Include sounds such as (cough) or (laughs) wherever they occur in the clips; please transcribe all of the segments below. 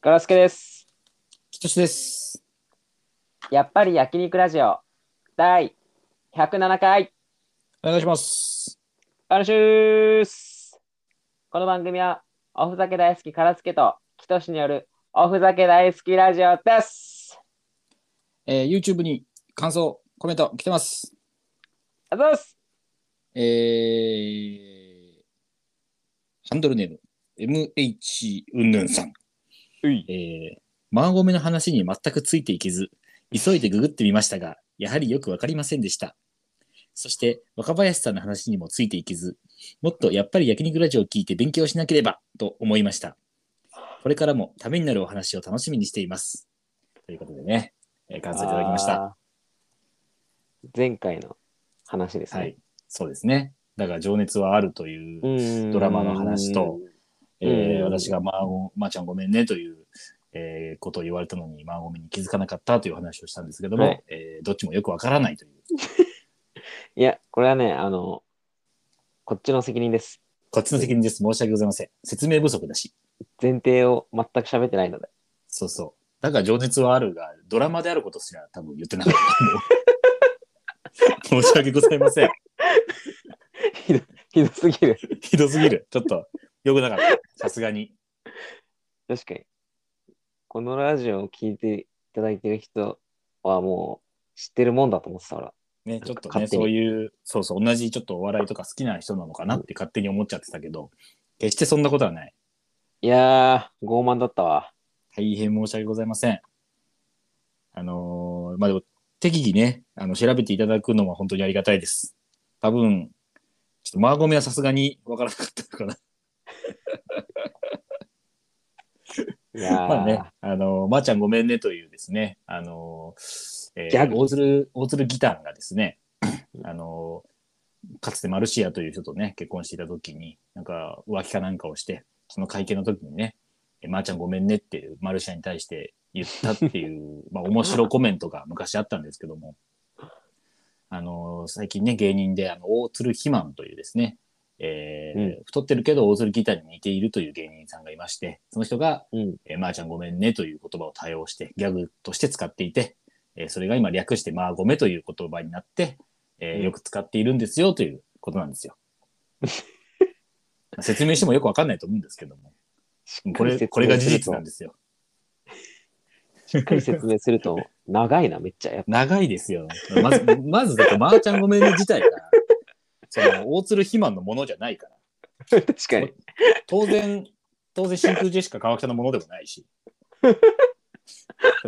ガラスケです。きとしです。やっぱり焼肉ラジオ第107回、お願いします。アルシュースこの番組はおふざけ大好きガラスケとキトシによるおふざけ大好きラジオです。えー、YouTube に感想、コメント来てます。あざっすえー、ハンドルネーム、MH うんぬんさん。うい。えー、マーゴメの話に全くついていけず、急いでググってみましたが、やはりよくわかりませんでした。そして、若林さんの話にもついていけず、もっとやっぱり焼肉ラジオを聞いて勉強しなければと思いました。これからもためになるお話を楽しみにしています。ということでね、えー感想いただきました。あー。前回の話ですはね。い、そうですね。だから、情熱はあるという、うんドラマの話と、えーうん私が、まあ、ごまーちゃんごめんねという、えーことを言われたのに、まあ、ごめんに気づかなかったという話をしたんですけども、はいえーどっちもよくわからないという。いや、これはね、あの、こっちの責任です。こっちの責任です。申し訳ございません。説明不足だし。前提を全く喋ってないので。 (laughs) そうそう。だから、情熱はあるが、ドラマであることすら多分言ってなかった。もう (laughs) 申し訳ございません。ひどひどすぎる。ひどすぎる。ちょっと、よくなかった。さすがに。確かに。このラジオを聞いていただいてる人はもう知ってるもんだと思ってたから。ね、ちょっとね、勝手にそういう、そうそう、同じちょっとお笑いとか好きな人なのかなって勝手に思っちゃってたけど、決してそんなことはない。いやー、傲慢だったわ。大変申し訳ございません。あのーまあ、でも、適宜ね、あの、調べていただくのは本当にありがたいです。多分、ちょっとマーゴメはさすがにわからなかったのかな。いやー、 (laughs) まあね、あのーまー、ちゃんごめんねというですね、あのーえーギャグ大鶴、大鶴ギターがですね、あのーかつてマルシアという人とね、結婚していた時に、なんか浮気かなんかをして、その会見の時にね、えまー、ちゃんごめんねっていうマルシアに対して言ったっ (laughs) ていう、まあ面白コメントが昔あったんですけども、あのー最近ね、芸人で、あの、大鶴ひまんというですね、えーう太ってるけど大鶴ギターに似ているという芸人さんがいまして、その人が、うんえーまー、ちゃんごめんねという言葉を多用して、ギャグとして使っていて、えーそれが今略してまーごめという言葉になって、えーうんよく使っているんですよということなんです (laughs) よ。説明してもよくわかんないと思うんですけども、しっこかりれ、説明するとこれが事実なんですよ。 (laughs) しっかり説明すると、長いな、めっちゃ。やっ長いですよ。まず、まずだって、まーちゃんごめんね自体が、その、大鶴肥満のものじゃないから。 (laughs) ぱ確かに。当然、当然真空ジェシカ川北のものでもない (laughs) し。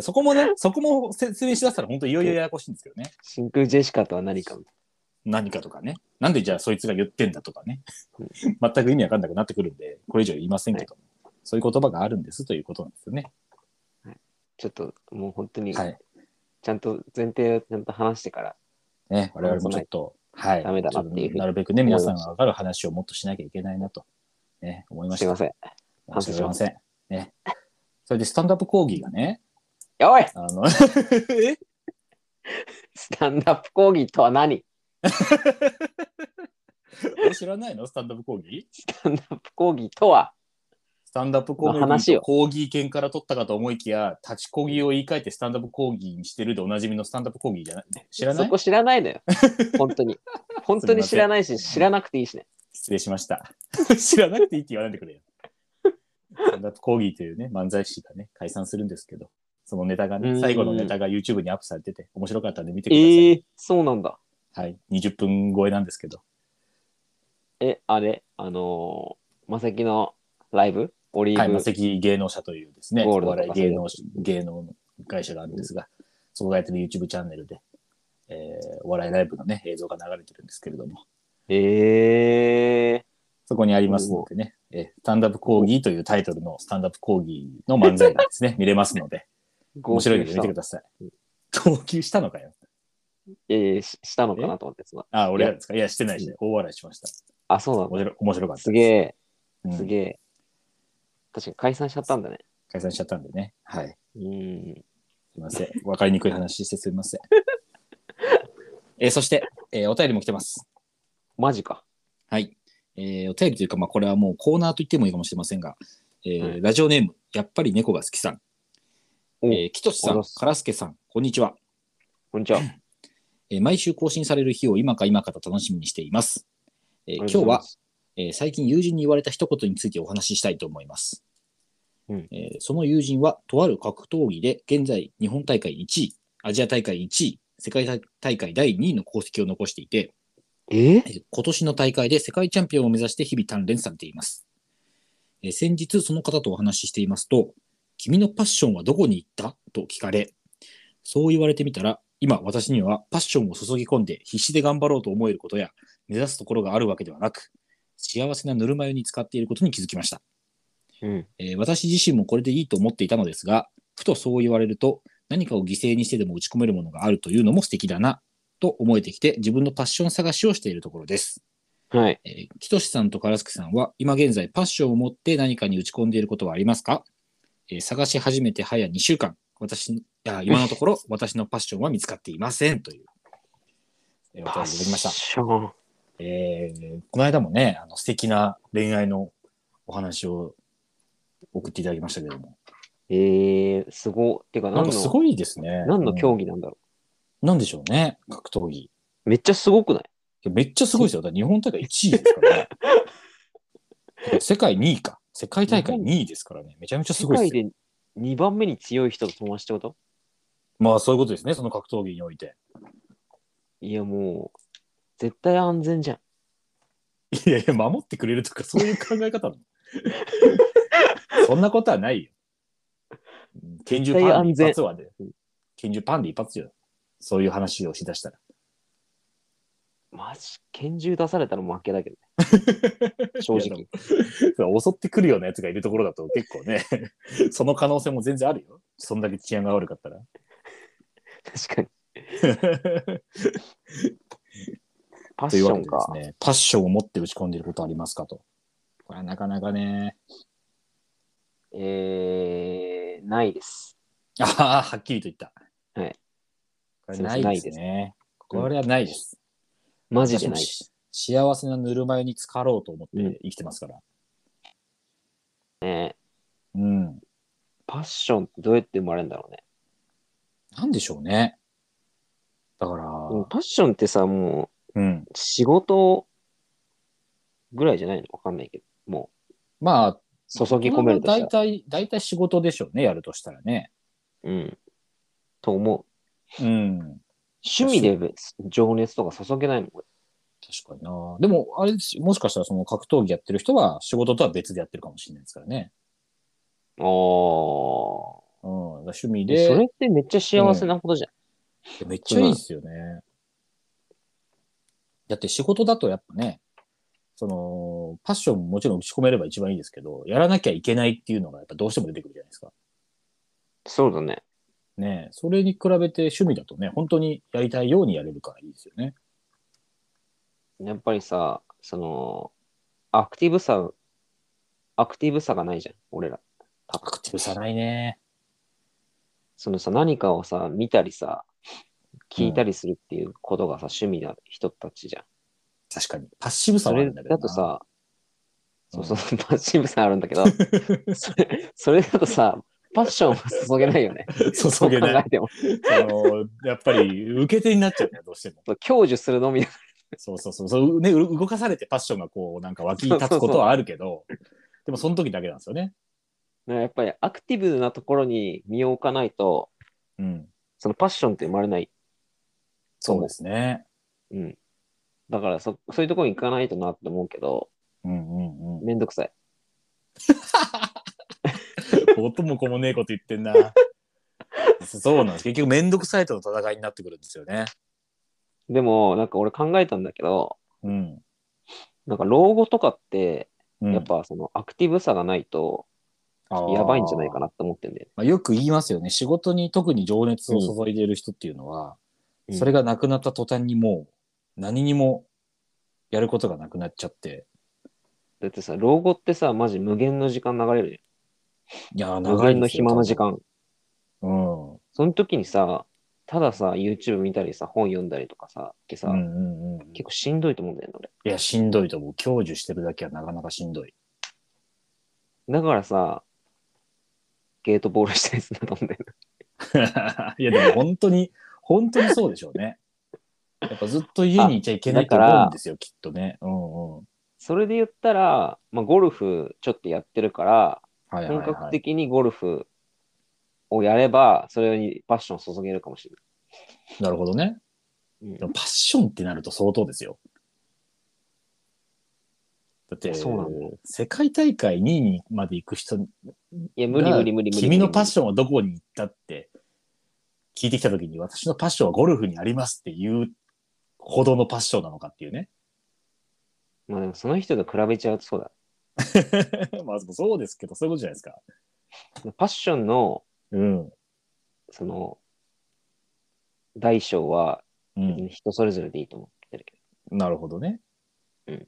そこもね、そこも説明しだしたら本当いよいよややこしいんですけどね。真空ジェシカとは何か。何かとかね。なんでじゃあそいつが言ってんだとかねうん。全く意味わかんなくなってくるんで、これ以上言いませんけども、そういう言葉があるんですということなんですよね。ちょっともう本当に、はい。ちゃんと前提をちゃんと話してから。ね、我々もちょっと、はい。ダメだなっていうふうになるべくね、皆さんがわかる話をもっとしなきゃいけないなと、ね、思いましすいた。ません。申し訳ございません。ね。それで、スタンダップ講義がね、おいあ (laughs) の、えスタンダップ講義とは何え知らないのスタンダップ講義スタンダップ講義とはスタンダップ講義の話よ講義犬から取ったかと思いきや、立ち講義を言い換えてスタンダップ講義にしてるでおなじみのスタンダップ講義じゃない知らなそいこ知らないのよ。本 (laughs) 当に。本当に知らないし、知らなくていいしね。失礼しました。 (laughs) 知らなくていいって言わないでくれよ。スタンダップ講義というね、漫才師がね、解散するんですけど、そのネタがうんね、最後のネタが YouTube にアップされてて、面白かったんで見てください。ええー、そうなんだ。はい。20分超えなんですけど。え、あれ、あのー、マセキのライブオリーはい、ブ、マセキ芸能社というですね、ゴーおルドとか笑い芸能し芸能の会社があるんですが、そこがやってる YouTube チャンネルで、えーお笑いライブのね、映像が流れてるんですけれども、ええそこにありますのでね、えースタンダップ講義というタイトルのスタンダップ講義の漫才が (laughs) ですね、見れますので、ー、面白いので見てくだださい。号泣したのかよ。さい。いやいやししたのかなと思って、そのあ、俺らですかいや、してないし、大笑いしました。あ、そうなんだ。面白面白かった。すげえ、うんすげえ。確かに解散しちゃったんだね。解散しちゃったんでね。はい。うん。すいません。わかりにくい話してすいません。 (laughs) えーそして、えーお便りも来てます。マジか。はい。えーお便りというか、まあ、これはもうコーナーと言ってもいいかもしれませんが、えーはいラジオネーム、やっぱり猫が好きさん。おえー、きとしさありがとうございんま、すカラスケさん、こんにちは。こんにちは。えー毎週更新される日を今か今かと楽しみにしています。えー今日は、えー最近友人に言われた一言についてお話ししたいと思います。うんえーその友人は、とある格闘技で現在日本大会1位、アジア大会1位、世界大会第2位の功績を残していて、ええー今年の大会で世界チャンピオンを目指して日々鍛錬されています。えー先日その方とお話ししていますと、君のパッションはどこに行ったと聞かれ、そう言われてみたら、今私にはパッションを注ぎ込んで必死で頑張ろうと思えることや、目指すところがあるわけではなく、幸せなぬるま湯に使っていることに気づきました。うん。えー私自身もこれでいいと思っていたのですが、ふとそう言われると、何かを犠牲にしてでも打ち込めるものがあるというのも素敵だな、と思えてきて、自分のパッション探しをしているところです。はい。えー、きとしさんとからすけさんは、今現在パッションを持って何かに打ち込んでいることはありますか、えー探し始めて早2週間、私に、 (laughs) あ今のところ私のパッションは見つかっていませんという、えー、お答えいただきました。しょえーこの間もね、あの素敵な恋愛のお話を送っていただきましたけども。えー、すご。てか、なん何かすの、ごいですね。何の競技、技なんだろ。なんでしょうね、格闘技。いうめっちゃすごくないやめっちゃすごいです (laughs) よ。だって日本大会1位ですからね。世界2位か。世界大会2位ですからね。めちゃめちゃす世ごいで界すよ。で2番目に強い人と友達ってことまあそういうことですね、その格闘技において。いや、もう、絶対安全じゃん。いやいや、守ってくれるとか、そういう考え (laughs) 方なのそんなことはないよ。拳銃パンで一発はで全。拳銃パンで一発よ。そういう話をしだしたら。マジ、拳銃出されたら負けだけど (laughs) ね。正直。襲ってくるようなやつがいるところだと結構ね、その可能性も全然あるよ。そんだけ治安が悪かったら。確かに。パッとシいうョわけンでか。ですね、パッションを持って打ち込んでいることありますかと。これはなかなかね、えー、ないです。ああ、はっきりと言った。はい。これないですね。これはないです。マジでない。私もし幸せなぬるま湯に浸かろうと思って生きてますから。ね、うん。パッションってどうやって生まれるんだろうね。なんでしょうね。だから、うんパッションってさ、もうん。う仕事ぐらいじゃないのわかんないけど。もまあ、う、注ぎ込めるとした大ら。体、大体仕事でしょうね、やるとしたらね。うん。と思う。うん。趣味でべ情熱とか注げないもん。俺確かにな。でも、あれですもしかしたらその格闘技やってる人は仕事とは別でやってるかもしれないですからね。あーうん。だから趣味でそれで。ってめっちゃ幸せなことじゃん。めっちゃいいですよね。だって仕事だとやっぱね、その、パッションももちろん打ち込めれば一番いいですけど、やらなきゃいけないっていうのがやっぱどうしても出てくるじゃないですか。そうだね。ねえそれに比べて趣味だとね、本当にやりたいようにやれるからいいですよね。やっぱりさ、その、アクティブさ、アクティブさがないじゃん、俺ら。アクティブさないね。そのさ、何かをさ、見たりさ、聞いたりするっていうことがさ、趣味な人たちじゃん。確かに。パッシブさそはあれるんだけどだな。とさ、うそうんそう、パッシブさあるんだけ (laughs) ど、それそれだとさ、パッションは注げないよね。 (laughs) 注げそう考ない。えても。あの、やっぱり受け手になっちゃうから、どうしても。そう享受するのみだ。そうそうそうそう、ね、う動かされてパッションがこうなんか湧き立つことはあるけどでもその時だけなんですよね。だからやっぱりアクティブなところに身を置かないと、うん、そのパッションって生まれない。そうですね。うん。だからそ、そういうところに行かないとなって思うけど、うんうんうん。めんどくさい。音も子もねえこと言ってんな。そうなんです。結局めんどくさいとの戦いになってくるんですよね。でも、なんか俺考えたんだけど、うん。なんか老後とかって、うんやっぱそのアクティブさがないと、やばいんじゃないか。あーなって思ってんだよね。まあ、よく言いますよね。仕事に特に情熱を注いでいる人っていうのは、うんそれがなくなった途端にもう何にもやることがなくなっちゃって、だってさ、老後ってさ、マジ無限の時間流れるいやーじゃん。無長い限でのすよ暇な時。間。うん。うんその時にさ、たださ、YouTube 見たりさ、本読んだりとかさ、ってさ、うんうん。結構しんどいと思うんだよね、俺。いや、しんどいと思う。享受してるだけはなかなかしんどい。だからさ、ゲートボールしたりするの飛んでる。 (laughs) いや、でも本当に、本当にそうでしょうね。やっぱずっと家にいちゃいけないと思うんですよ、きっとね。うんうん。それで言ったら、まあ、ゴルフちょっとやってるから、はいはい本は格い。的にゴルフをやれば、それにパッションを注げるかもしれなるほどね。ない。でもパッションってなると相当ですよ。だって、そうなんだ世界大会2位にまで行く人いや、無理無理無理無理無理。君のパッションはどこに行ったって聞いてきたときに、私のパッションはゴルフにありますっていうほどのパッションなのかっていうね。 (laughs) まあでもその人と比べちゃうとそうだ。まあそうですけど、そういうことじゃないですか。パッションの、うん。その、大小はうん、人それぞれでいいと思ってるけなるほどね。うんで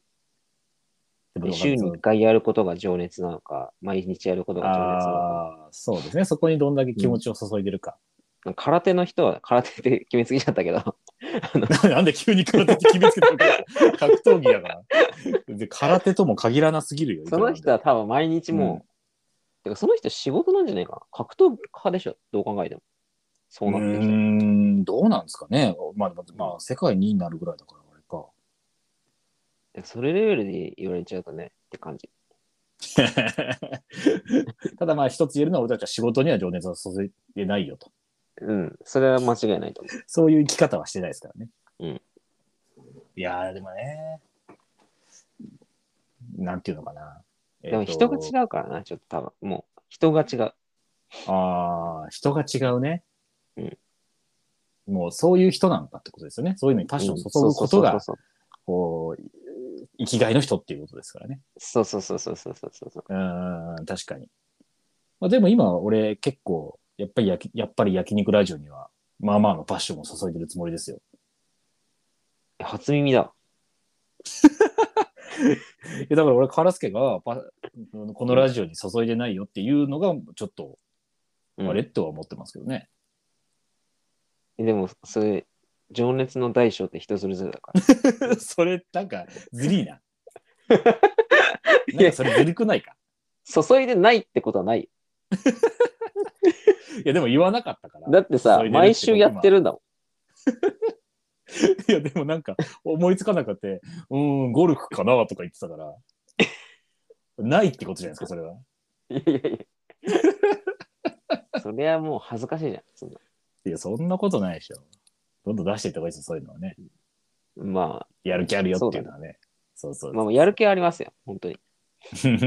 ど。もで週に1回やることが情熱なのか、毎日やることが情熱なのか。ああ、そうですね。そこにどんだけ気持ちを注いでるか。なんか空手の人は、空手って決めすぎちゃったけ (laughs) ど、なんで急に空手って決めつけたのか。格闘技だ (laughs) から。で空手とも限らなすぎるよ。その人は多分毎日もう、うんてかその人仕事なんじゃないかな。格闘家でしょ、どう考えても。そうなっうてきたーら。ん、どうなんですかね。まあ、まあまあ、世界2位になるぐらいだから、あれか。でそれレベルで言われちゃうとね、って感じ。 (laughs) ただまあ一つ言えるのは俺たちは仕事には情熱を注いでないよと。うん、それは間違いないと思そういう生き方はしてないですからね。うんいやーでもね、なんていうのかな。う。でも人がう。違うからな、ちょっと多分。もう、人が違う。ああ、人が違うね。うんもうそういう人なんだってことですよね。そういうのにパッションを注ぐことうがん、そうこう、生きがいの人っていうことですからね。そうそうそうそうそうそうそうそううーん、確かに。まあ、でも今、俺結構、やっぱり焼き、やっぱり焼肉ラジオには、まあまあのパッションを注いでるつもりですよ。え初耳だ。いやだから俺、カラスケがパ、このラジオに注いでないよっていうのが、ちょっと、うんあれとは思ってますけどね。でも、それ、情熱の大小って人それぞれだから。 (laughs) それ、なんか、(laughs) ずりーな。いなんやか、それずるくないか。注いでないってことはない。いや、でも言わなかったから。だってさ注いでるってこと、毎週やってるんだもん。 (laughs) いや、でもなんか、思いつかなくて、うーん、ゴルフかなとか言ってたから。ないってことじゃないですか、それは。いやいやいや。それはもう恥ずかしいじゃん。そんないや、そんなことないでしょ。どんどん出していった方がいいですよ、そういうのはね。まやる気あるよっていうのはね。そうそあ、うまあ、やる気はありますよ。本当に。そう。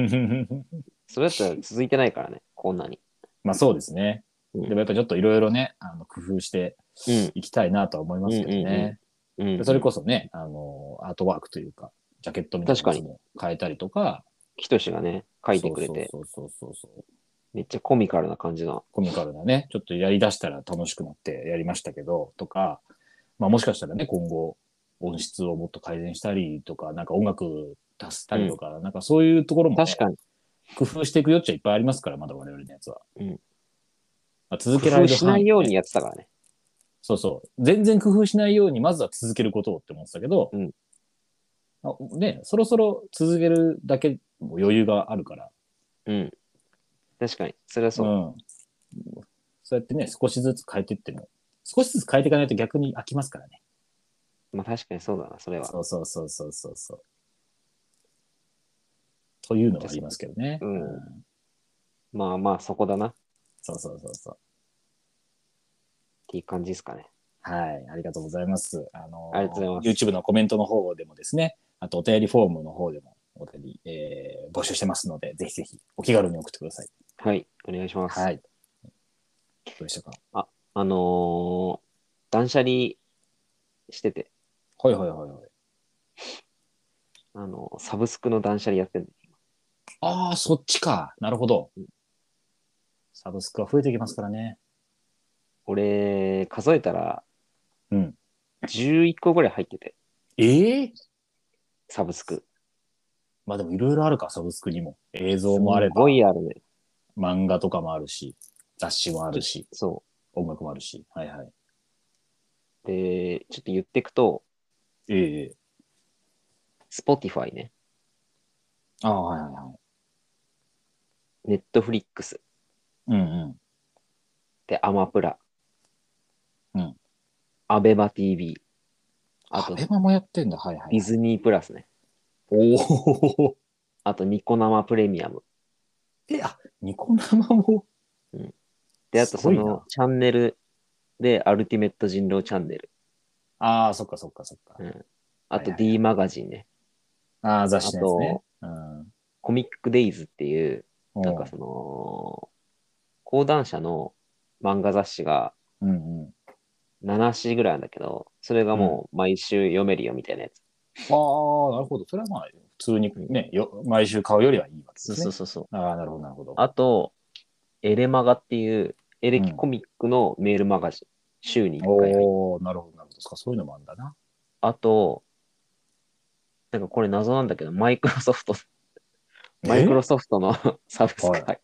それだったら続いてないからね。こんなに。 (laughs) まあそうですね。うんでもやっぱちょっといろいろね、あの工夫してうんいきたいなとは思いますけどうんうんね。うんでそれこそね、あの、アートワークというか、ジャケットみたいなやつも変えたりとか、キトシがね、書いてくれて、そうそうそうそうそう。めっちゃコミカルな感じの。コミカルなね、ちょっとやりだしたら楽しくなってやりましたけど、とか、まあもしかしたらね、今後、音質をもっと改善したりとか、なんか音楽足したりとか、なんかそういうところもね、確かに。工夫していく余地はいっぱいありますから、まだ我々のやつは。うんまあ、続工けられ夫るしな範囲いようにねやってたからね。そうそう。全然工夫しないように、まずは続けることをって思ってたけど、うんあね、そろそろ続けるだけも余裕があるから、うん。確かに。それはそう。ん、そうやってね、少しずつ変えていっても、少しずつ変えていかないと逆に飽きますからね。まあ確かにそうだな、それは。そうそうそうそうそうそう。というのはありますけどね。うんまあまあそこだな。っそうそうそうそう。ていう感じですかね。はい、ありがとうございます。あのありがとうござい YouTube のコメントの方でもですね、あとお便りフォームの方でもお便り、えー募集してますので、ぜひぜひお気軽に送ってください。はい。お願いします。はい。どうでしたかあのー、断捨離してて、はいはいはいはい。あのーサブスクの断捨離やってるああ、そっちか。なるほど。サブスクは増えていきますからね。俺、数えたら、うん。 11個ぐらい入ってて、ええサブスク。まあでもいろいろあるか、サブスクにも。映像もあれすばご、いあるね。漫画とかもあるし、雑誌もあるし、そ音楽もあるし。はいはい。う。で、ちょっと言ってくと、ええ Spotify ね、ああ、はいはいはい。 Netflix、うんうん。で、アマプラ。うん。アベマ TV。ああとれ、はもやってんだ。はいはディい。ズニープラスね。お (laughs) お。あと、ニコ生プレミアム。え、あ、ニコ生も。で、あと、すそごいなの、チャンネルで、アルティメット人狼チャンネル。ああ、そっかそっかそっかう。ん。あと、はいはいは D マガジンね。ああ、雑誌のやつね。うんコミックデイズっていう、おー。なんかその、講談社の漫画雑誌がうんうん。 7誌ぐらいなんだけど、それがもう毎週読めるよみたいなやつ。ああ、なるほど。それはまあ、普通にね、よ毎週買うよりはいいわけですね。そうそう。ああ、なるほど、なるほど。あと、エレマガっていうエレキコミックのメールマガジン。週に1回入る。おおなるほど、なるほど。そっかそういうのもあるんだな。あと、なんかこれ謎なんだけど、マイクロソフト、マイクロソフトの (laughs) サブスクは会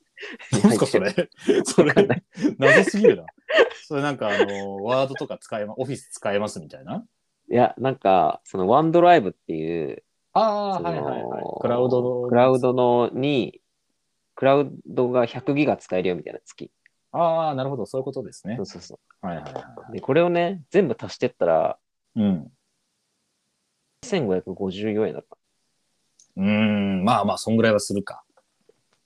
い。になん入すか、ってそる (laughs) れ。そわかんれない、謎すぎるな。それなんか、あのワードとか使えま、オフィス使えますみたいな。いや、なんか、そのワンドライブっていう、ああ、そのはいはいはい。クラウドの。クラウドのに、クラウドが100ギガ使えるよみたいな月。ああ、なるほど、そういうことですねそう。そうそはいはいはう。で、これをね、全部足してったら、い。うん。 1554円だった。うーん、まあまあ、そんぐらいはするか。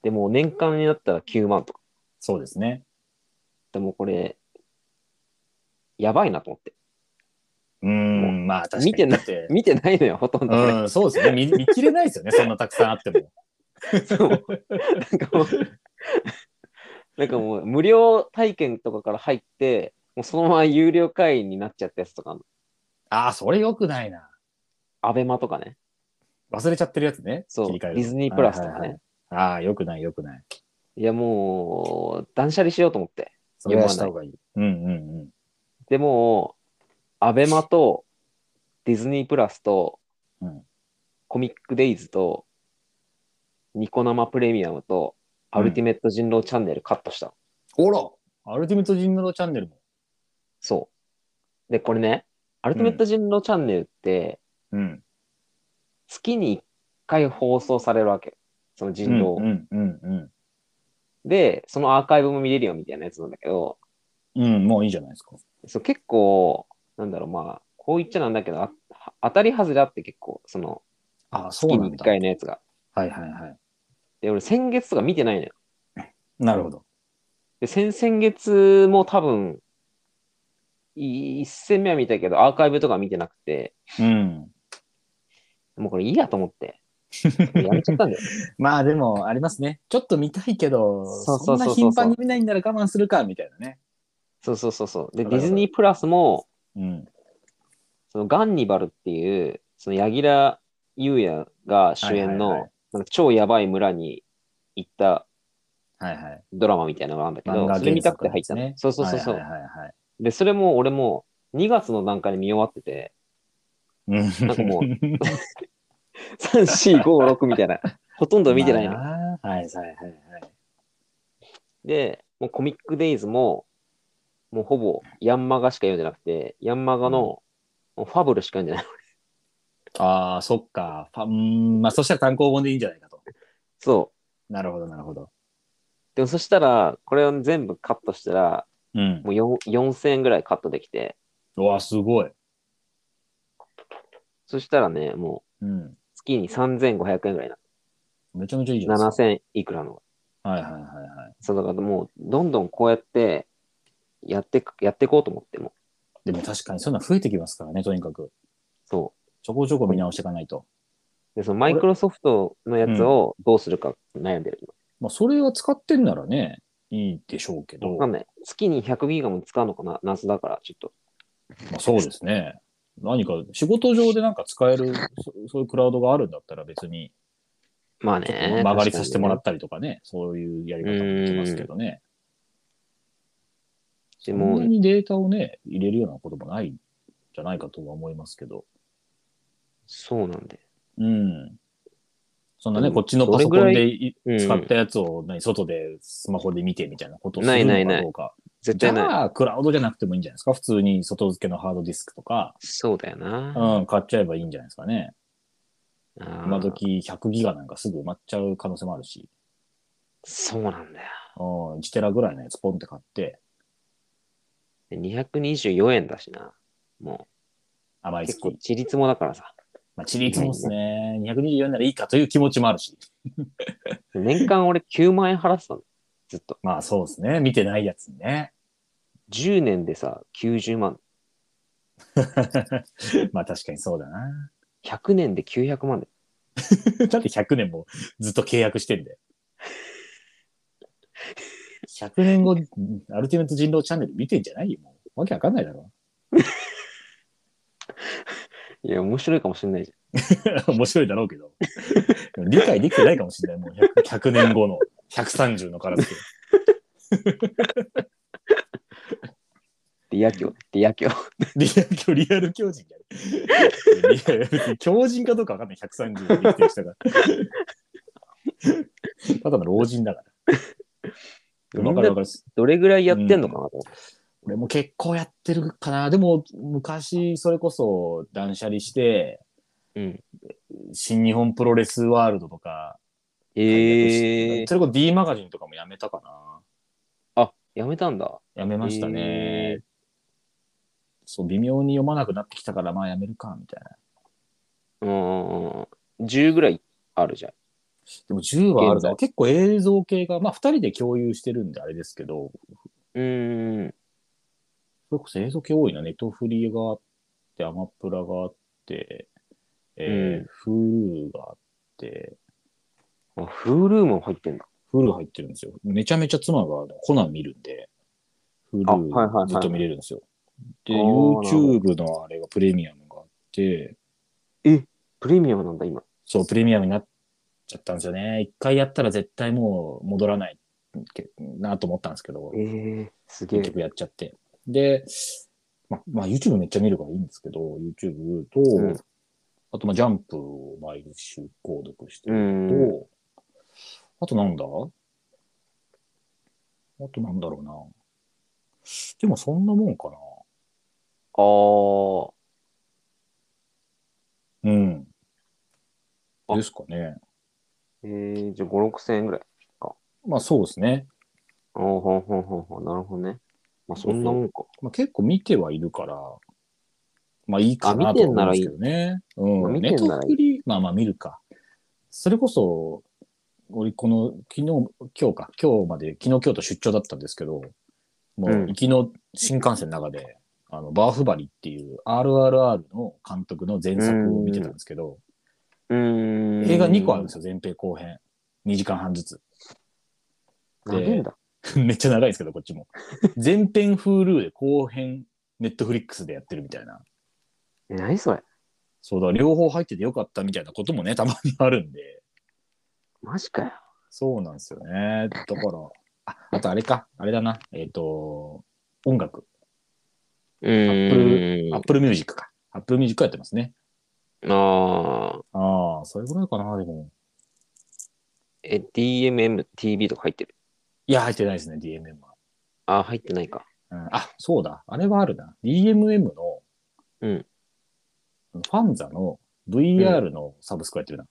でもう年間になったら9万とか。そうですね。でもこれ、やばいなと思って。うーん、まあ、確かに。見てなだって見てないのよ、ほとんど俺。うん、そうですね。見見切れないですよね。そんなたくさんあっても。そうなんかも (laughs) う、なんかもう無料体験とかから入って、もうそのまま有料会員になっちゃったやつとかあるの、ああ、それよくないな。アベマとかね。忘れちゃってるやつね。そう切り替えるディズニープラスとかねはいはいはいああ、よくない、よくない。いやもう、断捨離しようと思って。それはした方がいい。うんうんうん。でもう、アベマとディズニープラスと、うんコミックデイズとニコ生プレミアムとアルティメット人狼チャンネルカットしたの、おらアルティメット人狼チャンネルも。そう。で、これね、アルティメット人狼チャンネルってうん。月に1回放送されるわけ。その人狼。うんうんうんで、そのアーカイブも見れるよみたいなやつなんだけど、うん。うん、もういいじゃないですか。そう結構、なんだろう、まあ、こう言っちゃなんだけど、あ当たり外れあって結構、そのああ、そ月うなにん1だ。回のやつが。はいはいはい。で、俺先月とか見てないのよ。なるほど。で、先々月も多分、い一戦目は見たけど、アーカイブとか見てなくて、うん。もうこれいいやと思 (laughs) って、やめちゃったんだよ。まあでも、ありますね。ちょっと見たいけど、そうそそうんそうなそう頻繁に見ないんなら我慢するか、みたいなね。そうそうそうそう。で、わデかるィズニープラスも、うん。そのガンニバルっていう、その柳楽優也が主演はいはいはの、なんか超やばい村に行ったはいはい。ドラマみたいなのがあるんだけ漫ど、画それ見たくて原入った作ののやつね。そうそうそうそう、はいはいはいはい。で、それも俺も2月の段階で見終わってて、なんか (laughs) もう3、4、5、6みたいな、ほとんど見てないの。 (laughs) まあはいはいはいはい。で、もうコミックデイズも、もうほぼヤンマガしか読んでなくて、ヤンマガの、もうファブルしか読んでない。 (laughs) ああ、そっか。ファうん、まあそしたら単行本でいいんじゃないかと。そなるほどなるほど。う。でもそしたら、これを全部カットしたら、うん。もうよん4000円ぐらいカットできて、うわ、すごい。そしたらね、もうん。う月に3500円ぐらいな。めちゃめちゃいいじゃないです7000いくらの。か。はいはいはいはい。そうだからもう、どんどんこうやって、やってく、やっていこうと思っても。でも確かにそんな増えてきますからね、とにかく。そちょこちょこ見直していかないと。う。で、そのマイクロソフトのやつをどうするか悩んでる。まあそれは使ってんならね、いいでしょうけど。わかんない。月に100ギガも使うのかな謎だから、ちょっと。まあそうですね。何か仕事上でなんか使えるそ、そういうクラウドがあるんだったら別にまあちょっね。と曲がりさせてもらっったりとかね、そういうやり方もできますけどね。てそもんなにデータをね、入れるようなこともないんじゃないかとは思いますけど。そうなんで。うん。そんなね、うんこっちのパソコンどれぐらでいうん使ったやつを、何外でスマホで見てみたいなことをすないるないのなかいどうか。絶じ対ない。ゃあ、クラウドじゃなくてもいいんじゃないですか。普通に外付けのハードディスクとか、そうだよな。うん、買っちゃえばいいんじゃないですかね。あー今時100ギガなんかすぐ埋まっちゃう可能性もあるし。そうなんだよ。うん、1テラぐらいのやつポンって買って、で224円だしな。もあ、まあ、うい結つ構、ちりつもだからさ。まあ、チリいつもですね、224ならいいかという気持ちもあるし。年間俺9万円払ってたの。ずっと。まあ、そうですね。見てないやつね。 (laughs) 10年でさ、90万。まあ、確かにそうだな。 100年で900万で。だって100年もずっと契約してんだよ。100年後、アルティメット人狼チャンネル見てんじゃないよ。もうわけわかんないだろ。 (laughs) いや、面白いかもしれないじ面白いだろうけど。でも理解できてないかもしれない。もう 100, 100年後の130のから付け。ゃん。で、野球、で、野球。リアルリアル狂人やる。リアル別に狂人かどうかわかんない。130でできてる人が。ただの老人だから。わかるわかる。 (laughs) どれぐらいやってんのかなと思って。俺も結構やってるかな。でも、昔、それこそ断捨離して、うん。新日本プロレスワールドとか、ええそれこそ D マガジンとかもやめたかあ、やめたんだ。な。やめましたね。へーそう、微妙に読まなくなってきたから、まあやめるか、みたいな。うんうんうん。10ぐらいあるじゃん。でも10はある現在な。結構映像系が、まあ2人で共有してるんであれですけど、うーん。それこそ映像系多いな。ネトフリがあって、アマプラがあって、えー、フルがあって、あ、フールーも入ってんだ。フル入ってるんですよ。めちゃめちゃ妻がコナン見るんで、フルあはいはいはいはいずっと見れるんですよ。で、あーなるほど YouTube のあれがプレミアムがあって、プレミアムなんだ、今。そう、プレミアムになっちゃったんですよね。一回やったら絶対もう戻らないけなと思ったんですけどえ、えすげ結え。局やっちゃって。で、ま、まあ、YouTube めっちゃ見るからいいんですけど、YouTube と、うんあと、まあ、ジャンプを毎週購読してうると、ん。あとなんだあとなんだろうな。でもそんなもんかあーな。うん。あですかね。ええじゃあ5、6千円ぐらい。まあそうですね。ああ、ほんほんほんほん。なるほどね。まあ、そんなもんか。まあ、結構見てはいるから、まあいいかなあ見てとはん思なうんらでいいすけどね。うん。まあ見てネんならトいいフリ、まあまあ見るか。それこそ、俺この昨日、今日か、今日まで、昨日今日と出張だったんですけど、もううん行きの新幹線の中で、あの、バーフバリっていう RRR の監督の前作を見てたんですけど、うーん。映画2個あるんですよ、前編後編。2時間半ずつ。 (laughs) 長いんだ。めっちゃ長いんですけど、こっ (laughs) ちも。前編 Hulu で後編 Netflix でやってるみたいな。え、何それそうだ、両方入っててよかったみたいなこともね、たまにあるんで。マジかよ。そうなんですよね。だから、あ、あとあれか、あれだな、えっ、と、音楽、うーん。あ Apple Music か。Apple Music やってますね。あー。ああ、それぐらいかな、でも。え、DMMTV とか入ってる。いや、入ってないですね、DMM は。あー、入ってないか。うん、あ、そうだ、あれはあるな。DMM の、うんファンザの VR のサブスクやってるな。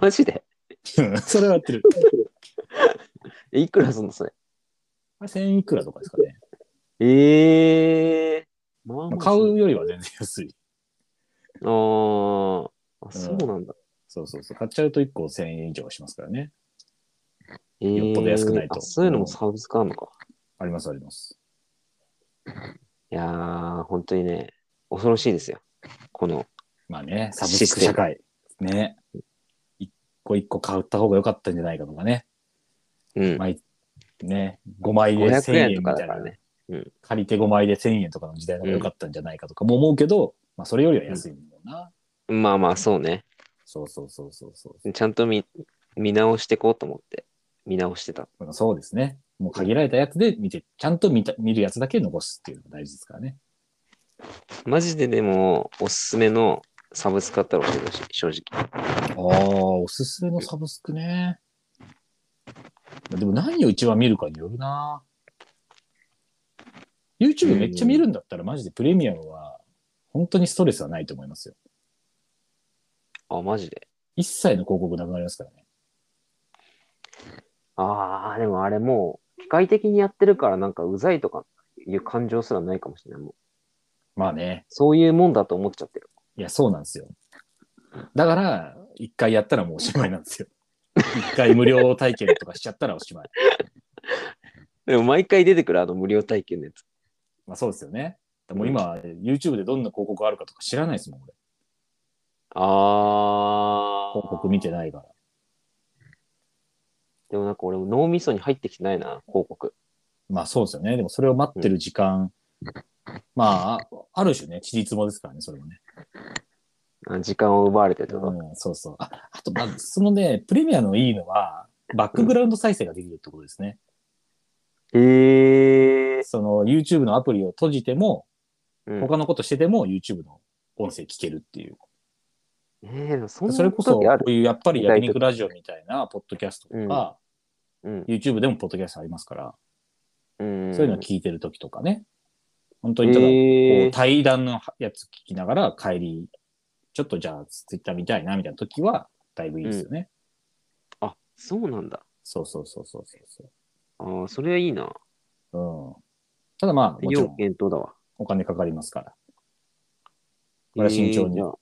マジで (laughs) それはやってる。え、いくらすんのそれ。あれ1000いくらとかです (laughs) かね。ええまあままあ、あ買うよりは全然安い。あーあ、そうなんだ。そうそうそう。買っちゃうと1個1000円以上はしますからね。ええよっぽど安くないとあそういうのもサブスクあるのか。ありますあります。いやー、本当にね、恐ろしいですよ。この、まあね、ササブブススクク社社会。ね。一個一個買った方が良かったんじゃないかとかね。うんまあ。ね。5枚で500 1000円円みとたかいだかな。らね。借りて5枚で1000円とかの時代の方が良かったんじゃないかとかも思うけど、まあそれよりは安いもんな。まあまあ、そうね。そうそうそうそうそう。ちゃんと見見直してこうと思って、見直してた。まあそうですね。もう限られたやつで見て、ちゃんと見た見るやつだけ残すっていうのが大事ですからね。マジででも、おすすめのサブスクあったら教えてほしい、正直。ああ、おすすめのサブスクね。でも何を一番見るかによるな。YouTube めっちゃ見るんだったら、マジでプレミアムは、本当にストレスはないと思いますよ。あ、マジで。一切の広告なくなりますからね。ああ、でもあれもう、機械的にやってるから、なんかうざいとかいう感情すらないかもしれない。もうまあね。そういうもんだと思っちゃってる。いや、そうなんですよ。だから、一回やったらもうおしまいなんですよ。一回無料体験とかしちゃったらおしまい。でも毎回出てくるあの無料体験のやつ。まあそうですよね。もう今、YouTube でどんな広告あるかとか知らないですもん、俺。ああ。広告見てないから。でもなんか俺も脳みそに入ってきてないな、広告。まあそうですよね。でもそれを待ってる時間、まあ、あある種ね、ちりつもですからね、それもね。あ時間を奪われてるとか。うん、そうそう。ああと、まあ、そのね、プレミアのいいのは、バックグラウンド再生ができるってことですね。へえ。その YouTube のアプリを閉じても、うん他のことしてても YouTube の音声聞けるっていう。えー、そんそれなこそ、時こあるういうやっぱり焼肉ラジオみたいな、ポッドキャストとか、うん。 YouTube でもポッドキャストありますから、うん。そういうのを聞聞いてる時とかね。本当にただ、こう対談のやつ聞きながら帰り、ちょっとじゃあ Twitter 見たいなみたいな時は、だいぶいいですよね。あ、そうなんだ。そうそうそうそうそうそう。ああ、それはいいな。うんただまあ、もちろ要ん検討だわ。お金かかりますから。これは慎重にえーじゃあ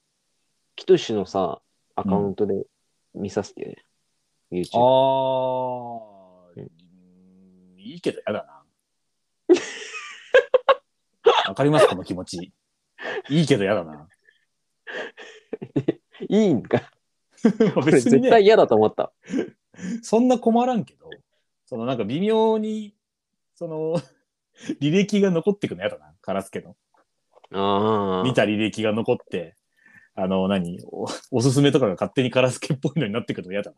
キトシのさ、アカウントで見させてよね。あ YouTube。あうんいいけどやだな。わかりますこの気持ち。いいけどやだな。いいんか。 (laughs) これ別に絶ね対、嫌だと思った。そんな困らんけど、そのなんか微妙に、その、 (laughs) 履歴が残ってくのやだな、カラスケの。ああ。見た履歴が残って、あの、何お、おすすめとかが勝手にカラスケっぽいのになってくのやだな。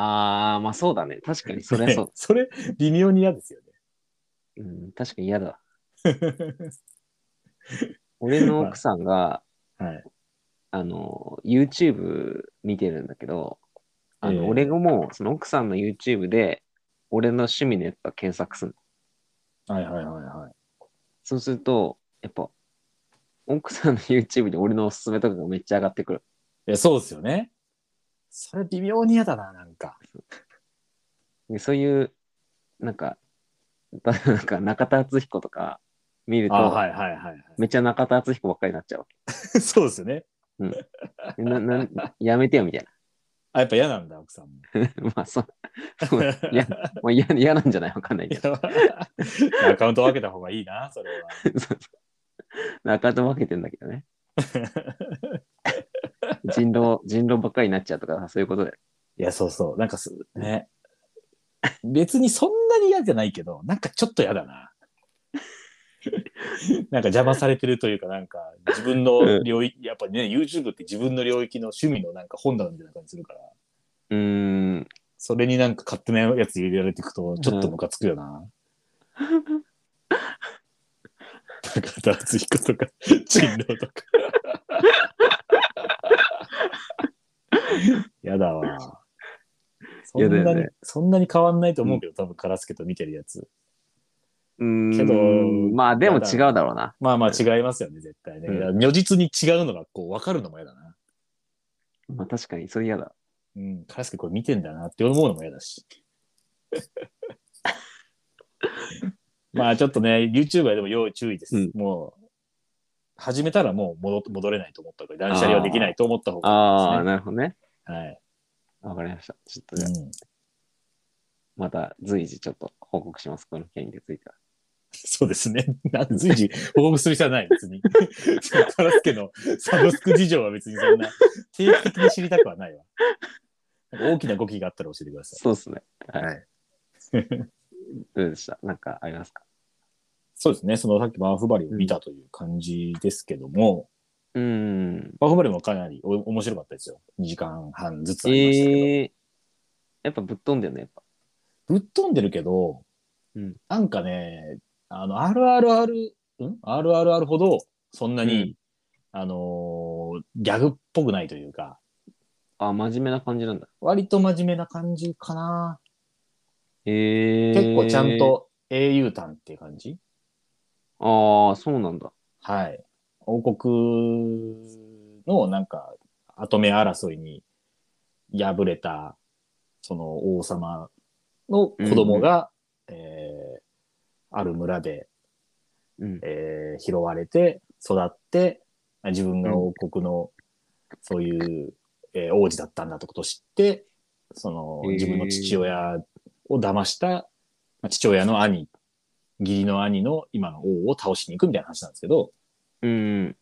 ああ、まあそうだね。確かにそれはそうね。 (laughs) それ、微妙に嫌ですよね。(laughs) (laughs) うん、確かに嫌だ。俺の奥さん (laughs) が、はい。あの、YouTube 見てるんだけど、あの、ええ俺がもう、その奥さんの YouTube で、俺の趣味のやつば検索するの。はいはいはいはい。そうすると、やっぱ、奥さんの YouTube で俺のおすすめとかがめっちゃ上がってくる。いや、そうですよね。それ微妙に嫌だな、なんか。でそういう、なんか、 (laughs) だなんか中田敦彦とか見ると、あはいはいはいめっちゃ中田敦彦ばっかりになっちゃうわはい。そうですよね。け。なな (laughs) やめてよみたいあ、やっぱ嫌なんだ、奥さんも。な。まあ、そう。そう (laughs) い (laughs) や、もう嫌嫌なんじゃないわかんないいけ (laughs) やアカウント分けた方がいいな、それは。ど。そうそう中田分けてんだけどね。人狼、人狼ばっかりになっちゃうとか、そういうことで。いや、そうそう。なんかす、ね。別にそんなに嫌じゃないけど、なんかちょっと嫌だな。 (laughs) なんか邪魔されてるというか、なんか自分の領域、やっぱりね、YouTube って自分の領域の趣味のなんか本棚みたいな感じするから、うーん。それになんか勝手なやつ入れられていくと、ちょっとムカつく (laughs) よな。だから、敦彦とか、人狼とか。やだわ。そんやだなよに、ねそんなに変わんないと思うけど、多分カラスケと見てるやつ。うーんけどまあでも違うだろうな。まあまあ違いますよね、絶対ね。うんいや如実に違うのが、こう、分かるのも嫌だな。まあ確かに、それ嫌だ。うん、カラスケこれ見てんだなって思うのも嫌だ (laughs) し。まあちょっとね、YouTuber でも要注意です。うんもう、始めたらもう戻戻れないと思った方がいい。断捨離はできないと思った方あがあ、いいなるほどね。ですね。はい。わかりました。ちょっとじゃあ、うん、また随時ちょっと報告します。この件については。そうですね。なんで随時報告する必要はない、別に。 (laughs) そのカラスケのサブスク事情は別にそんな、定期的に知りたくはないわ。なんか大きな動きがあったら教えてください。そうですね。はい。はい (laughs) どうでしたなんかありますかそうですね。そのさっきバーフバリを見たという感じですけども、うーん。バフバリもかなりお面白かったですよ。2時間半ずつありましたけど。ええやっぱぶっ飛んでるね、やっぱ。ぶっ飛んでるけど、うんなんかね、あの、RRR、ん ?RRR ほど、そんなに、うんあのーギャグっぽくないというか、あ、真面目な感じなんだ。割と真面目な感じかな。ええ結構ちゃん。と英雄譚っていう感じああ、そうなんだ。はい。王国のなんか、跡目争いに敗れた、その王様の子供が、えーある村で、うん。えー拾われて育って自分が王国のそういう、えー王子だったんだってことを知ってそのへー自分の父親を騙した、まあ父親の兄義理の兄の今の王を倒しに行くみたいな話なんですけど、うん。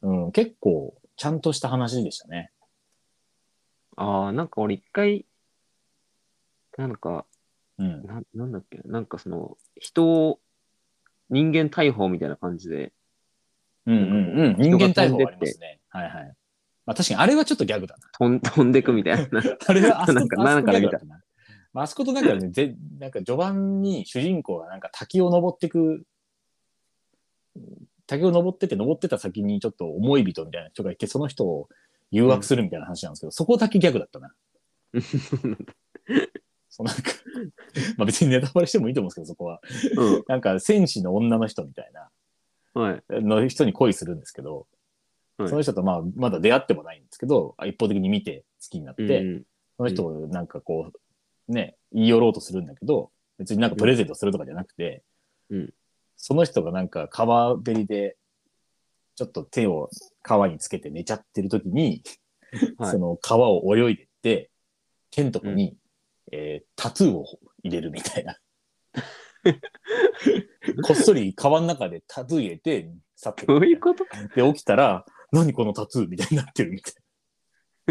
うん、結構ちゃんとした話でしたね。ああ、なんか俺一回、なんか、うん、ななんだっけ、なんかその、人を、人間逮捕みたいな感じで、うんうんうん人間逮人が飛捕んでってはありますね。はいはい。まあ確かにあれはちょっとギャグだな。 (laughs) 飛ん (laughs) 飛んでくみたいな。あれはあそこなんかなんかあそこギャ見グただったな。まああそことなんかね、ぜなんか序盤に主人公がなんか滝を登ってく、滝を登ってて登ってた先にちょっと思い人みたいな人がいて、その人を誘惑するみたいな話なんですけど、そこだけギャグだったな。そうなんか、 (laughs) まあ別にネタバレしてもいいと思うんですけど、そこは。うん。なんか戦士の女の人みたいな、はい。の人に恋するんですけど、はいその人とまあまだ出会ってもないんですけど、一方的に見て好きになって、うんその人をなんかこう、ね、言い寄ろうとするんだけど、別になんかプレゼントするとかじゃなくて、うんその人がなんか川べりで、ちょっと手を川につけて寝ちゃってる時に、はいその川を泳いでって、剣とかに、えータトゥーを入れるみ (laughs) たいな。こっそり川の中でタトゥー入れて、去ってくどうみたいいなうことで、起きたら、何このタトゥーみたいになってるみたい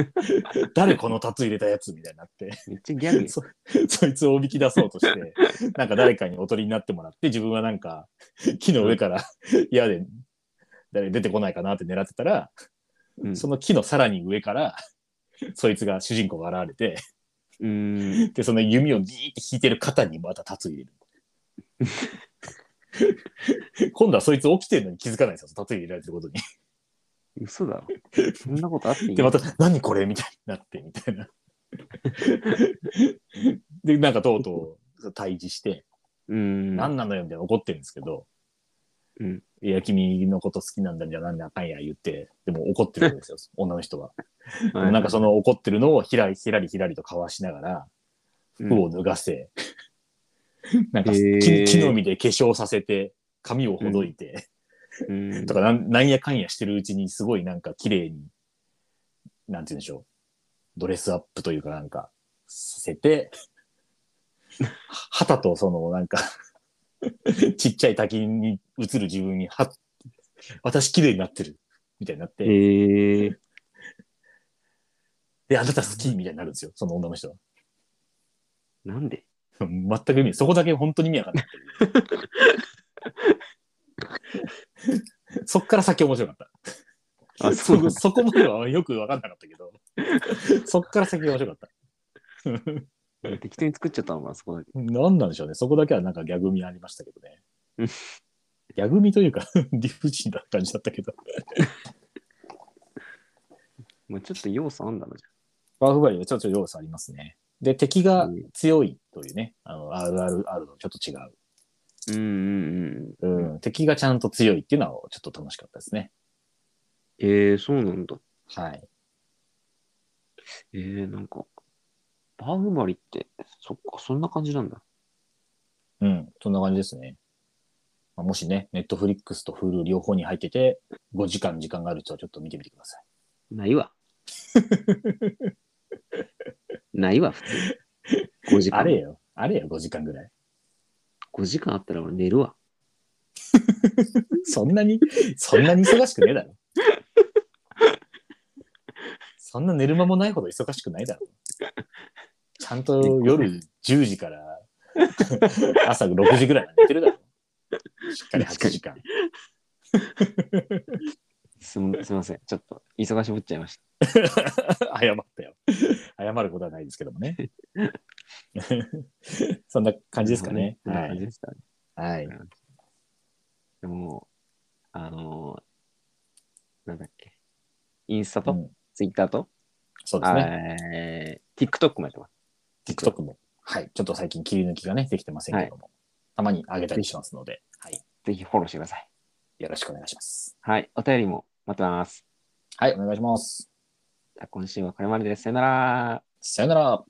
(laughs) な。誰このタトゥー入れたやつみたいになって、めっちゃギャグや。そそいつをおびき出そうとして、なんか誰かにおとりになってもらって、自分はなんか、木の上から嫌で、誰出てこないかなって狙ってたら、うんその木のさらに上から、そいつが、主人公が現れうーん。て、で、その弓をギーって引いてる肩にまたタトゥー入 (laughs) れる。今度はそいつ起きてるのに気づかないんですよ、タトゥー入れられてることに。嘘 (laughs) だろ。そんなことあっていいで、また、何これみたいになって、みたいな。 (laughs) で、なんかとうとう退治して、うーん。何なのよみたいな怒ってるんですけど、うんいや、君のこと好きなんだみたいな、なんだかんや言って、でも怒ってる (laughs) んですよ、女の人は。でもなんかその怒ってるのをひらりひらりひらりとかわしながら、服を脱 (laughs) がせ、なんかへ木,、ー木の実で化粧させて、髪をほどいて、うん、うんとかなん、なんやかんやしてるうちに、すごいなんか綺麗に、なんて言うんでしょう。ドレスアップというかなんか、させて、旗とそのなんか、 (laughs) ちっちゃい滝に映る自分に、は、私綺麗になってる、みたいになって、へえ。で、あなた好き、みたいになるんですよ、その女の人は。なんで全く意味、そこだけ本当に意味わかん (laughs) ない。そっから先面白かった。 (laughs) あ、そうなんそだそこまではよく分かんなかったけど、そっから先が面白かった。適当に作っちゃったのかな、そこだけ。何なんでしょうね。そこだけはなんかギャグ味ありましたけどうんね。ギャグ味というか、 (laughs) 理不尽な感じだったけど。まあ、ちょっと要素あんだな、じバーフバリはちょっと要素ありますね。で、敵が強いというね、あの、RRR のちょっと違う。ゃあ。うんうんうん。うん、敵がちゃんと強いっていうのはちょっと楽しかったですね。ええそうなんだ。はい。ええなんか、バーフバリって、そっか、そんな感じなんだ。うん、そんな感じですね。まあ、もしね、ネットフリックスと Hulu 両方に入ってて、5時間時間がある人はちょっと見てみてください。ない (laughs) わ。ないわ、普通。5時間。あれよ、あれよ、5時間ぐらい。 5時間あったら俺寝るわ。そんなに、そんなに忙しくねえだろ。そんな寝る間もないほど忙しくないだろ。ちゃんと夜10時から朝6時ぐらいまで寝てるだろ。しっかり8時間。すんすいません。ちょっと、忙しぶっちゃいました。 (laughs) 謝ったよ。謝ることはないですけどもね。 (laughs) そんな感じですかね。そんなは感じい。ですかね。はい。でも、あのーなんだっけ。インスタと、うんツイッターと、そうですね。えー、TikTok もやってます。 TikTok も。はい。ちょっと最近切り抜きがね、できてませんけども。たまに上げたりしますので。はい。ぜひフォローしてください。よろしくお願いします。はい。お便りも待ってます。はい、お願いします。じゃあ今週はこれまでです。さよなら。さよなら。